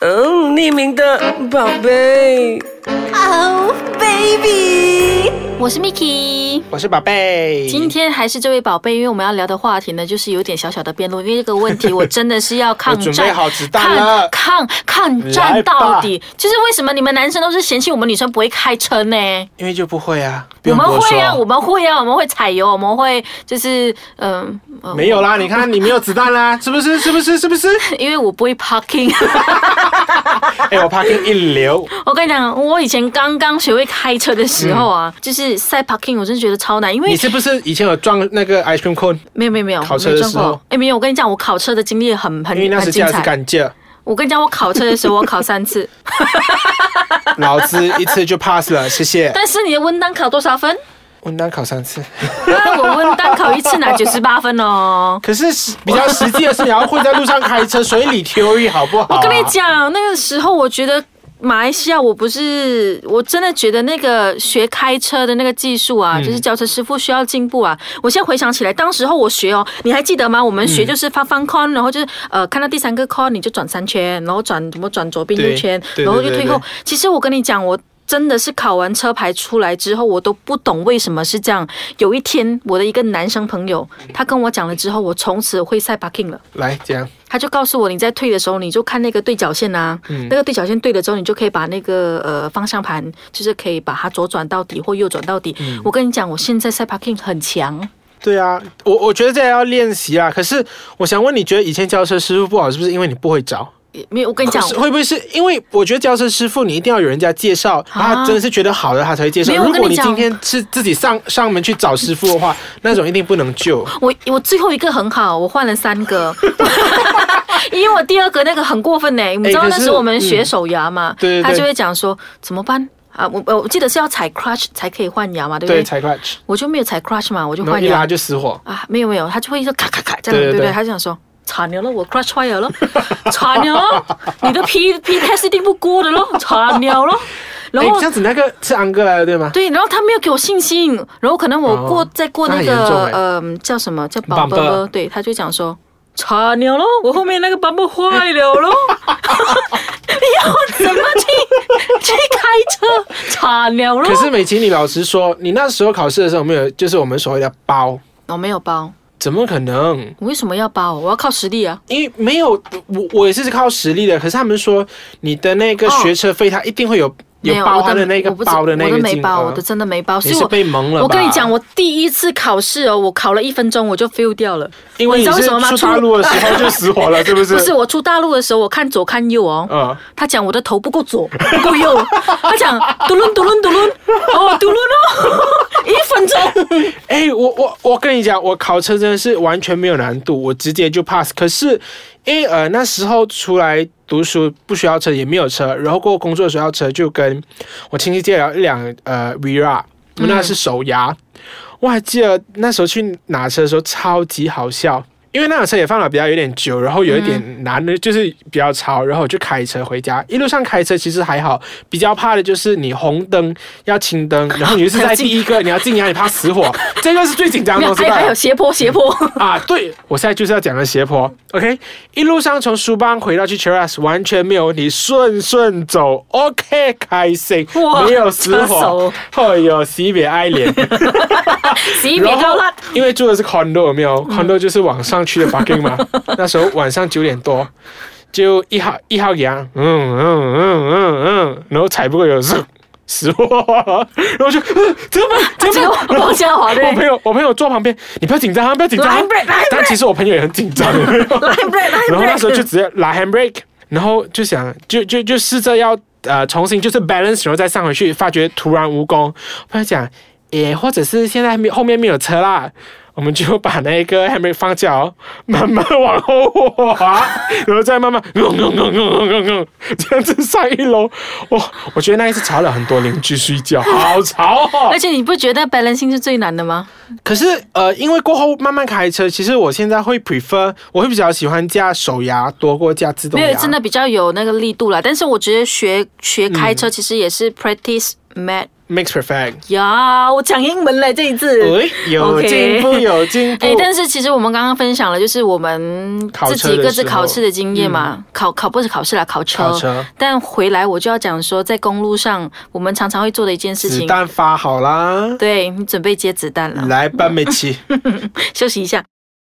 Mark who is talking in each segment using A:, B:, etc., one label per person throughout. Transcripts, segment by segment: A: 嗯匿名的宝贝。
B: Oh baby，
C: 我是 Miki。
D: 我是宝贝。
C: 今天还是这位宝贝，因为我们要聊的话题呢，就是有点小小的辩论，因为这个问题我真的是要抗
D: 我
C: 战，
D: 准备好子弹了
C: 抗抗抗战
D: 来吧
C: 到底。就是为什么你们男生都是嫌弃我们女生不会开车呢？
D: 因为就不会啊，不
C: 我
D: 用
C: 们
D: 多
C: 会
D: 说。
C: 啊，我们会啊，我们会踩油，我们会就是嗯、呃
D: 没有啦，你看你没有子弹啦，是不是？是不是？是 不是？
C: 呃因为我不会 parking。
D: 哎、我 parking 一流，
C: 我跟你讲，我以前刚刚学会开车的时候啊，就是塞 parking，我真的觉得超难，因为
D: 嗯你是不是以前有撞那个 ice cream cone？
C: 没有没有没有，
D: 考车的
C: 没撞
D: 时候
C: 过。哎，没有，我跟你讲，我考车的经历很很
D: 因为那
C: 很
D: 时
C: 精
D: 驾驶
C: 彩。
D: 感觉，
C: 我跟你讲，我考车的时候，我考三次。
D: 老子一次就 pass 了，谢谢。
C: 但是你的温单考多少分？
D: 文单考三次，
C: 那我温单考一次拿九十八分哦。
D: 可是实比较实际的是你要会在路上开车，水里挑一好不好、啊
C: 我跟你，讲，那个时候我觉得。马来西亚，我不是，我真的觉得那个学开车的那个技术
D: 嗯
C: 啊，就是教车师傅需要进步啊。我现在回想起来，当时候我学哦，你还记得吗？我们学就是发方 con，、然后就是呃，看到第三个 con 你就转三圈，然后转怎么转左边
D: 对
C: 右圈，
D: 对
C: 然后就
D: 对对
C: 退后
D: 对。
C: 其实我跟你讲，我。真的是考完车牌出来之后，我都不懂为什么是这样。有一天，我的一个男生朋友，他跟我讲了之后，我从此会赛 parking 了。
D: 来讲，
C: 他就告诉我，你在退的时候，你就看那个对角线啊，
D: 嗯
C: 那个对角线对了之后，你就可以把那个呃方向盘，就是可以把它左转到底或右转到底。
D: 嗯
C: 我跟你讲，我现在赛 parking 很强，
D: 对啊，我我觉得这也要练习啊。可是我想问，你觉得以前教车师傅不好，是不是因为你不会找？
C: 也没有，我跟你讲。
D: 哦是会不会是因为我觉得教车师傅你一定要有人家介绍，然后他真的是觉得好的他才会介绍。
C: 啊没有我
D: 如
C: 跟你
D: 果你
C: 讲
D: 今天是自己上上门去找师傅的话， 那种一定不能救。
C: 我我最后一个很好，我换了三 个，因为我第二个那个很过分呢、你知道
D: 哎可
C: 那
D: 是嗯
C: 时候我们学手牙嘛，
D: 对对对
C: 他就会讲说怎么办啊？我我我记得是要踩 clutch 才可以换牙嘛，对不
D: 对，
C: 对？
D: 才 clutch，
C: 我就没有踩 clutch 嘛，我就
D: 然后
C: 换
D: 一
C: 牙
D: 拉就死火。
C: 啊，没有没有，他就会说咔咔咔这样，
D: 对
C: 对
D: 对
C: 不对？
D: 对
C: 他就想说。惨了咯，我 crush 坏了咯， 惨了咯，你的 P P test 一定不过的咯，惨了咯。然
D: 哎，
C: 后
D: 这样子那个是安哥来的对吗？
C: 对，然后他没有给我信心，然后可能我过、
D: 哦
C: 再过那
D: 那很严重
C: 个
D: 欸
C: 呃叫什么叫
D: Bumper
C: bumper，对，他就讲说惨了咯，我后面那个 bumper 坏了咯， 你要我怎么去 去开车？惨了咯
D: 可，是美琪，你老实说，你那时候考试的时候有没有就是我们所谓的包？
C: 我没有包，
D: 怎么可能？
C: 我为什么要包？我要靠实力啊！
D: 因为没有我，我也是靠实力的。可是他们说你的那个学车费，他一定会有有
C: 哦没
D: 包
C: 我
D: 他的那个
C: 我不知
D: 包的那
C: 我
D: 个
C: 的没
D: 金
C: 包，我
D: 额
C: 的。真的没包，所
D: 你
C: 以
D: 是
C: 我
D: 被蒙了吧
C: 我跟你讲，我第一次考试哦，我考了一分钟我就 fail 掉了，
D: 因为
C: 你
D: 你
C: 知道为
D: 是
C: 什么吗？
D: 出大陆的时候就死 火了，是不是？
C: 不是我出大陆的时候，我看左看右哦，
D: 嗯
C: 他讲我的头不够左，不够右，他讲嘟噜嘟噜嘟噜，哦嘟噜哦，一分钟，
D: 哎、我我我跟你讲，我考车真的是完全没有难度，我直接就 pass。可是因为呃那时候出来读书不需要车，也没有车，然后过后工作的时候要车，就跟我亲戚借了一辆呃 Vira，我那是手牙。我还记得那时候去拿车的时候超级好笑。因为那辆车也放了比较有点久，然后有一
C: 嗯
D: 点难的，就是比较吵，然后我就开车回家。一路上开车其实还好，比较怕的就是你红灯要青灯，然后你就是在第 一个，你要进牙，你怕死火，这个是最紧张
C: 没
D: 的
C: 有，
D: 东
C: 哎
D: 西
C: 还
D: 吧
C: 还有斜坡斜坡，
D: 啊，对，我现在就是要讲的斜坡。OK，一路上从苏邦回到去 Cheras 完全没有问题，顺顺走，OK，开心，
C: 哇
D: 没有死
C: 车手
D: 火，哎呦，惜别爱怜。
C: 十一米高了，
D: 因为住的是 condo 有没有？condo 就是往上去的 parking 嘛。那时候晚上九点多，就一号一号羊，嗯嗯嗯嗯嗯，然后踩不过有时候死我，然后我就、呃、怎么办 怎
C: 这
D: 么
C: 个
D: 办？
C: 王嘉华对
D: 我朋友，我朋友坐旁边，你不要紧张啊，不要紧张啊
C: 来 break，来 break
D: 但其实我朋友也很紧张，有没有
C: 来不来
D: 然后那时候就直接拉 handbrake，然后就想就就就试着要呃重新就是 balance，然后再上回去，发觉突然无功。朋友讲，也或者是现在还没后面没有车啦。我们就把那个 handbrake 放下哦，慢慢往后滑， 然后再慢慢嗡嗡嗡嗡嗡嗡，这样子上一楼。哇、我觉得那一次吵了很多邻居睡觉，好吵哦
C: 而。且你不觉得 balancing 是最难的吗？
D: 可是呃，因为过后慢慢开车，其实我现在会 prefer，我会比较喜欢驾手牙多过驾自动
C: 没
D: 牙。
C: 有，
D: 嗯
C: 真的比较有那个力度啦。但是我觉得学学开车其实也是 practice mad
D: makes perfect。
C: 呀，我讲英文了这一次。
D: 哎，有
C: OK
D: 进步，有进步
C: 哎、。但是其实我们刚刚分享了，就是我们
D: 考
C: 自
D: 车的
C: 己各自
D: 时候嗯
C: 考试的经验嘛，考考不是考试啦，考车。
D: 考车
C: 但回来我就要讲说，在公路上我们常常会做的一件事
D: 子
C: 情，
D: 弹发好啦，
C: 对你准备接子弹了，
D: 来吧，美 琪。
C: 休息一下。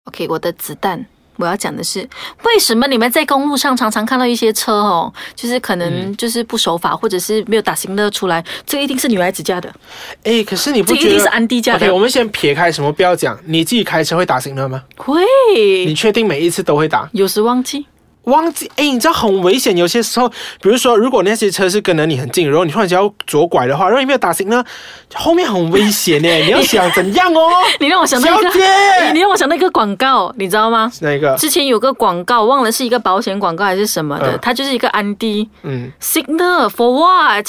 C: OK，我的子弹。我要讲的是，为什么你们在公路上常常看到一些车哦，就是可
D: 嗯
C: 能就是不守法，或者是没有打行乐出来，这一定是女孩子家的，
D: 哎，可是你不
C: 这一
D: 觉
C: 定是
D: 得
C: 安迪家的。
D: ？OK，我们先撇开什么不要讲，你自己开车会打行了吗？你
C: 会
D: 确定每一次都会打？
C: 有时忘记，
D: 忘记哎，你知道很危险，有些时候，比如说，如果那些车是跟着你很近，然后你突然间要左拐的话，然后你没有打行呢，后面很危险呢。你要想怎样哦？
C: 你让我想到一个
D: 小姐，
C: 你你让我想到一个广告，你知道吗？
D: 那个，
C: 之前有个广告，忘了是一个保险广告还是什么的，
D: 嗯
C: 它就是一个安迪
D: 嗯，
C: signal for what？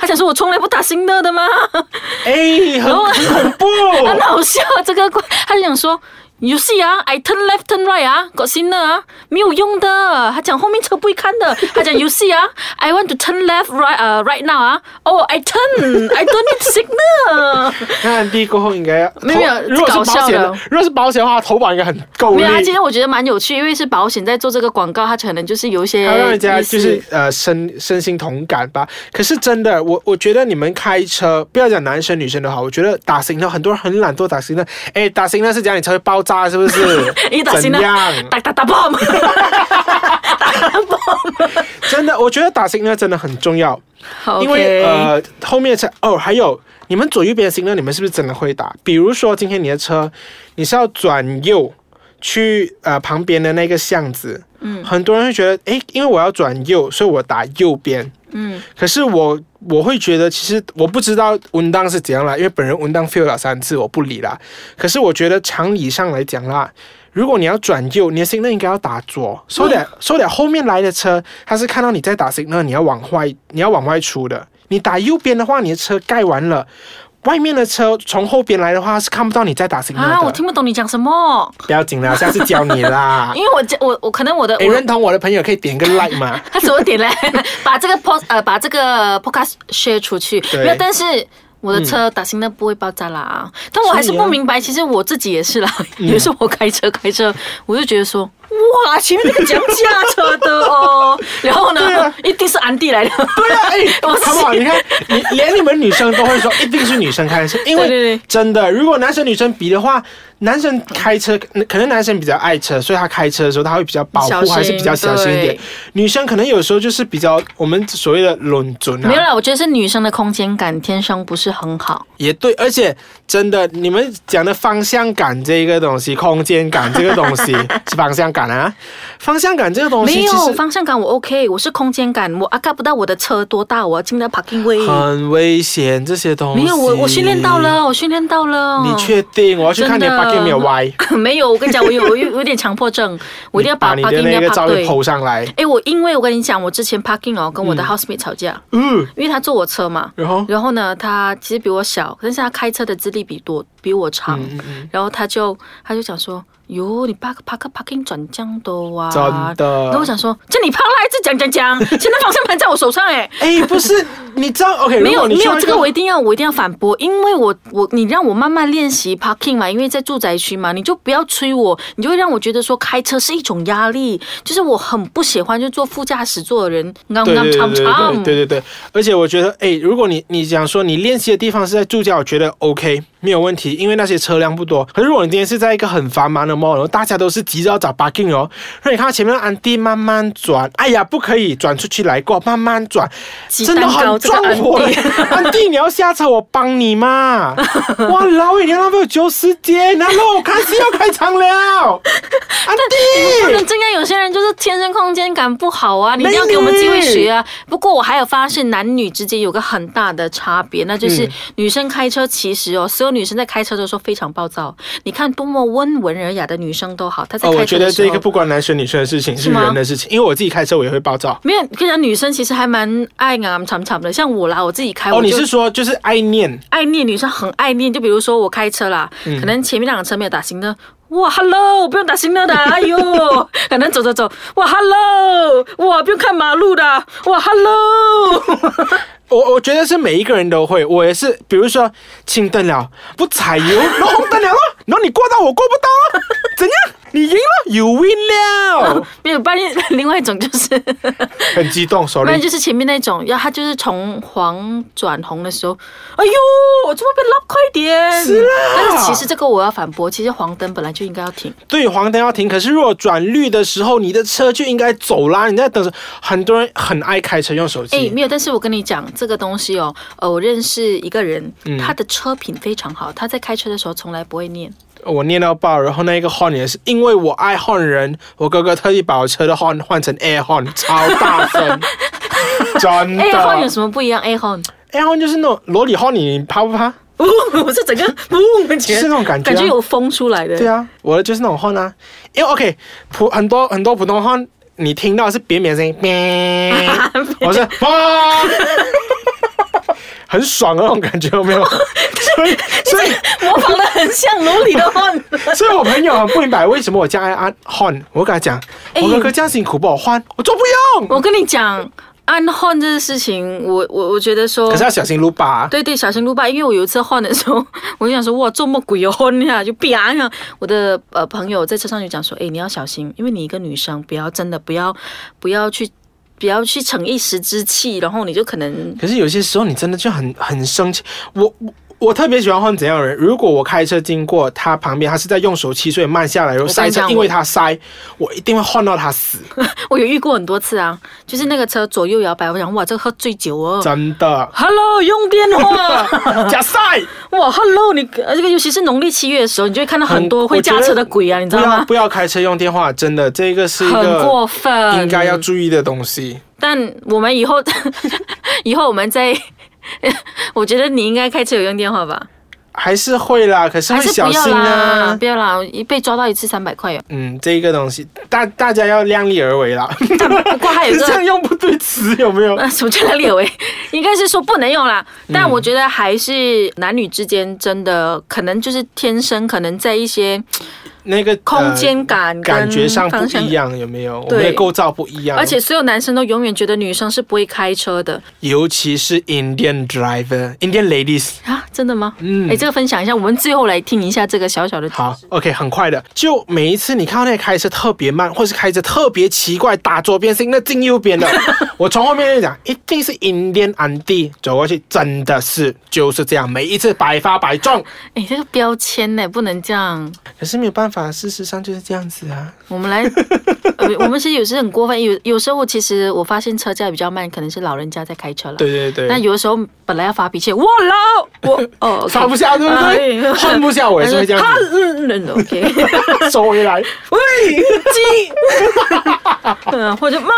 C: 他想说我从来不打 signal 的吗？
D: 哦哎，很
C: 然后
D: 很恐怖。
C: 很好笑，这个广他就想说。You see 啊，I turn left turn right 啊，got signal 啊，没有用的。他讲后面车不会看的。他讲 You see 啊，I want to turn left right 呃、right now 啊，Oh I turn，I don't need signal。
D: 那安迪过后应该要
C: 没有没有
D: 投如果是
C: 搞笑
D: 保险的
C: 的，
D: 如果是保险的话，投保应该很够
C: 没
D: 力
C: 有，啊，今天我觉得蛮有趣，因为是保险在做这个广告，它可能就是有一些
D: 它让人家
C: 意思？
D: 就是呃身身心同感吧。可是真的，我我觉得你们开车，不要讲男生女生的好，我觉得打行的很多人很懒惰打行的，哎，打行的是讲你车会爆炸是不是
C: 一打
D: 怎
C: 心呢
D: 样？，
C: 打打打 bomb，打打 bomb。
D: 真的，我觉得打行呢真的很重要。
C: 好，
D: 因为呃，后面车哦，还有你们左右边的行呢，你们是不是真的会打？比如说今天你的车，你是要转右去呃旁边的那个巷子，嗯，很多人会觉得，诶，因为我要转右，所以我打右边，嗯，可是我我会觉得，其实我不知道文档是怎样啦，因为本人文档 fail 了三次，我不理啦。可是我觉得常理上来讲啦。如果你要转右，你的 signal 应该要打左，so that so that 后面来的车，它是看到你在打 signal，你要往外你要往外出的。你打右边的话，你的车盖完了，外面的车从后边来的话是看不到你在打 signal 的。
C: 啊，我听不懂你讲什么，
D: 不要紧啦，下次教你 啦
C: 因。为我这我我可能我的
D: 诶，
C: 我
D: 认同我的朋友可以点个 like 嘛。
C: 他怎么 点嘞？把这个 pod 呃把这个 podcast share 出去，
D: 对
C: 没有，但是。我的车打新的不会爆炸啦，但我还是
D: 所以啊嗯
C: 不明白。其实我自己也是啦，有时候我开车开车，我就觉得说，哇，前面那个讲驾车的哦， 然后
D: 对
C: 呢
D: 啊，
C: 一定是安迪 来的，
D: 对啊，哎、
C: 我
D: 好不好？你看，你连你们女生都会说，一定是女生开车，因
C: 对对
D: 为
C: 对
D: 真的，如果男生女生比的话，男生开车可能男生比较爱车，所以他开车的时候他会比较保
C: 小
D: 护，
C: 心
D: 还是比较小心一点
C: 对。
D: 女生可能有时候就是比较我们所谓的论准
C: 没有
D: 啊，
C: 啦，我觉得是女生的空间感天生不是很好。
D: 也对，而且真的，你们讲的方向感这个东西，空间感这个 东西是方向感啊，方向感这个东西
C: 没
D: 哦其
C: 有
D: 实
C: 方向感，我 OK，我是空间感，我啊看不到我的车多大，我要进到 parking 位。
D: 很危险，这些东西
C: 没有，我我训练到。了，我训练到了。
D: 你确定？我要去看你的
C: 真的
D: bucket 没有歪。
C: 没有？我跟你讲，我有我有有点强迫症，我一定要把
D: 你的
C: parking
D: 那
C: 要
D: 个
C: park
D: 照片
C: 对。
D: 抛上来，
C: 哎，我因为我跟你讲，我之前 parking 哦，跟我的 housemate 吵架，
D: 嗯，
C: 因为他坐我车嘛。
D: 然后
C: 然后呢，他其实比我小，但是他开车的资历比多比我长，
D: 嗯
C: 然后他就他就讲说，哟，你 park park parking 转这样多啊，
D: 真的
C: 然后我想说，这你胖啦，一直讲讲讲， 现在方向盘在我手上哎、
D: 哎，不是，你知道 OK？
C: 没
D: 如
C: 有
D: 果你
C: 没
D: 去
C: 有，
D: 那
C: 这个我一定要我一定要反驳，因为我我你让我慢慢练习 parking 嘛，因为在住宅区嘛，你就不要催我，你就会让我觉得说开车是一种压力，就是我很不喜欢就坐副驾驶座的人刚
D: 对
C: 刚
D: 对对
C: 长
D: 对对
C: 长，
D: 对对对，而且我觉得，哎，如果你你讲说你练习的地方是在住家，我觉得 OK 没有问题，因为那些车辆不多。可是如果你今天是在一个很繁忙的 mall，然后大家都是急着要找 parking 哦，那你看到前面的安迪慢慢转，哎呀，不可以转出去来过，慢慢转，
C: 鸡
D: 真的
C: 蛋糕
D: 很
C: 这个
D: 壮火
C: 安
D: 嘞
C: 迪。
D: 安迪，你要下车，我帮你 嘛。哇，老伟，你要浪费我久时间，然后我看戏要开场 了。安
C: 不能
D: 迪，
C: 这样，有些人就是天生空间感不好啊，你一定要
D: 没
C: 给我们机会
D: 有
C: 学啊。不过我还有发现男女之间有个很大的差别，那就是
D: 嗯
C: 女生开车其实哦，所有女生在开车的时候非常暴躁。你看多么温文尔雅的女生都好，她在
D: 哦，我
C: 开
D: 觉
C: 车
D: 得
C: 的时
D: 这
C: 候。
D: 个不关男生女生的事情，是
C: 吗
D: 人的事情。因为我自己开车，我也会暴躁。
C: 没有，跟你讲，女生其实还蛮爱啊惨惨的。像我啦，我自己开，
D: 哦，
C: 哎我
D: 你
C: 就是
D: 说就是爱念？
C: 爱念，女生很爱念。就比如说我开车啦，
D: 嗯
C: 可能前面两辆车没有打行灯，哇，hello，不用打行灯 的，哎呦，可能走走走，哇，hello，哇，不用看马路的，哇，hello，
D: 我我觉得是每一个人都会，我也是，比如说青灯了不踩油，然后红灯了 咯，然后你过到我过不到了，怎样？你赢了，you win 了，
C: 没有，不然另外一种就是，
D: 很激动
C: 不然
D: ，sorry，
C: 就是前面那种，要他就是从黄转红的时候，哎呦，我这么被拉快点。
D: 是啦
C: 但是其实这个我要反驳，其实黄灯本来就应该要停。
D: 对，黄灯要停，可是如果转绿的时候，你的车就应该走啦，你在等着。很多人很爱开车用手
C: 哎，
D: 机，
C: 没有，但是我跟你讲这个东西哦，呃，我认识一个人，
D: 嗯
C: 他的车品非常好，他在开车的时候从来不会念。
D: 我念到爆，然后那一个 horn 也是，因为我爱 horn 人，我哥哥特意把我车的 horn 换成 air horn，超 大声，真
C: A
D: 的。
C: horn 哎有什么不一样？A horn，
D: air horn 就是那种萝莉 horn，你怕不怕？
C: 我是整 个嗡感
D: 就是那种感觉、啊，
C: 感觉有风出来的。
D: 对啊，我的就是那种 horn 啊，因为 OK 普很多很多普通 horn，你听到是扁扁的 声音，咩我是哇， 很爽的那种感觉，有 没有？所以所以
C: 模仿的很像楼里的 horn。
D: 所以我朋友很不明白为什么我这样爱按 horn，我跟他讲，
C: 哎
D: 我哥哥这样辛苦帮我换，我做不用，
C: 我跟你讲，按 horn 这个事情，我我我觉得说
D: 可是。要小心撸吧。
C: 哦对对，小心路霸！因为我有一次换的时候， 我就想说，哇，这么鬼哦，换呀，就啪呀！我的呃朋友在车上就讲说，哎，你要小心，因为你一个女生，不要真的不要不要去不要去逞一时之气，然后你就可能
D: 可是有些时候你真的就很很生气。我我我特别喜欢换怎样的人？如果我开车经过他旁边，他是在用手气，所以慢下来，然后
C: 我
D: 塞
C: 跟你
D: 车，
C: 讲
D: 因为他塞，我一定会换到他死，
C: 我有遇过很多次啊，就是那个车左右摇摆，我想哇，这个喝醉酒哦。。
D: 真的
C: Hello，用电话
D: 假塞，
C: 哇！Hello，你呃这个尤其是农历七月的时候，你就会看到很多会驾车的鬼啊，你知道
D: 不要
C: 吗？
D: 不要开车用电话，真的，这个是一
C: 很过
D: 个
C: 分，
D: 应该要。注意的东西。
C: 但我们以后， 以后我们再， 我觉得你应该开车有用电话吧？
D: 还是会啦，可是
C: 还
D: 会
C: 是
D: 小
C: 不要
D: 心
C: 啦
D: 啊，。
C: 不要啦！一被抓到一次三百块哦。
D: 嗯，这个东西大大家要量力而为啦。
C: 不过还有一个
D: 这样用不对词，有没有？
C: 啊，什么叫列为？应该是说不能用啦。
D: 嗯
C: 但我觉得还是男女之间真的可能就是天生可能在一些，
D: 那个
C: 空
D: 呃
C: 间感跟
D: 感觉上不
C: 方向
D: 一样，有没有？我
C: 对
D: 们的构造不一样，
C: 而且所有男生都永远觉得女生是不会开车的
D: 尤其是 Indian driver、Indian ladies。
C: 啊？真的吗？
D: 嗯
C: 哎，这个分享一下，我们最后来听一下这个小小的。
D: 好，OK，很快的。就每一次你看到那个开车特别慢，或是开车特别奇怪，打左边是那进 右边的，我从后面就讲，一定是 Indian Andy 走过去，真的是就是这样，每一次百发百中。
C: 哎，这个标签呢，不能这样。
D: 可是没有办法，事实上就是这样子啊。
C: 我们 来，呃我们其实有时很过分，有有时候其实我发现车架比较慢，可能是老人家在开车了。
D: 对对对，
C: 那有的时候本来要发脾气，我老我 哦，
D: 放不下对不对
C: 哎
D: 放不下我也是会这样子
C: 他嗯嗯，OK，
D: 收回 来。
C: 喂，鸡， 嗯，或者妈，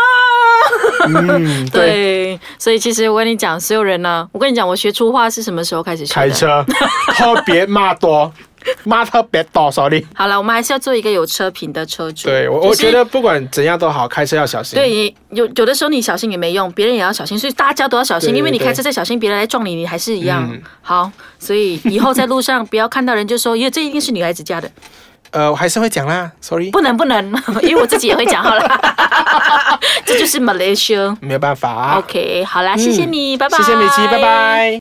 D: 嗯，对，
C: 对，所以其实我跟你讲，所有人呢、我跟你讲，我学粗话是什么时候开始学的？
D: 开车特别骂多，骂特别多，sorry。
C: 好了，我们还是要做一个有车品的车主。
D: 对我，
C: 就是
D: 我觉得不管怎样都好，开车要小心。
C: 对，你有有的时候你小心也没用，别人也要小心，所以大家都要小心，
D: 对
C: 因为你
D: 对
C: 开车再小心，别人来撞你，你还是一样。
D: 嗯
C: 好，所以以后在路上不要看到人就说，耶，这一定是女孩子 家的，
D: 呃，我还是会讲啦，sorry，
C: 不能不能，因为我自己也会讲好 了，这就是 Malaysia。
D: 没有办法。啊
C: OK，好啦，谢谢你，拜拜。
D: 嗯谢谢美琪，拜拜。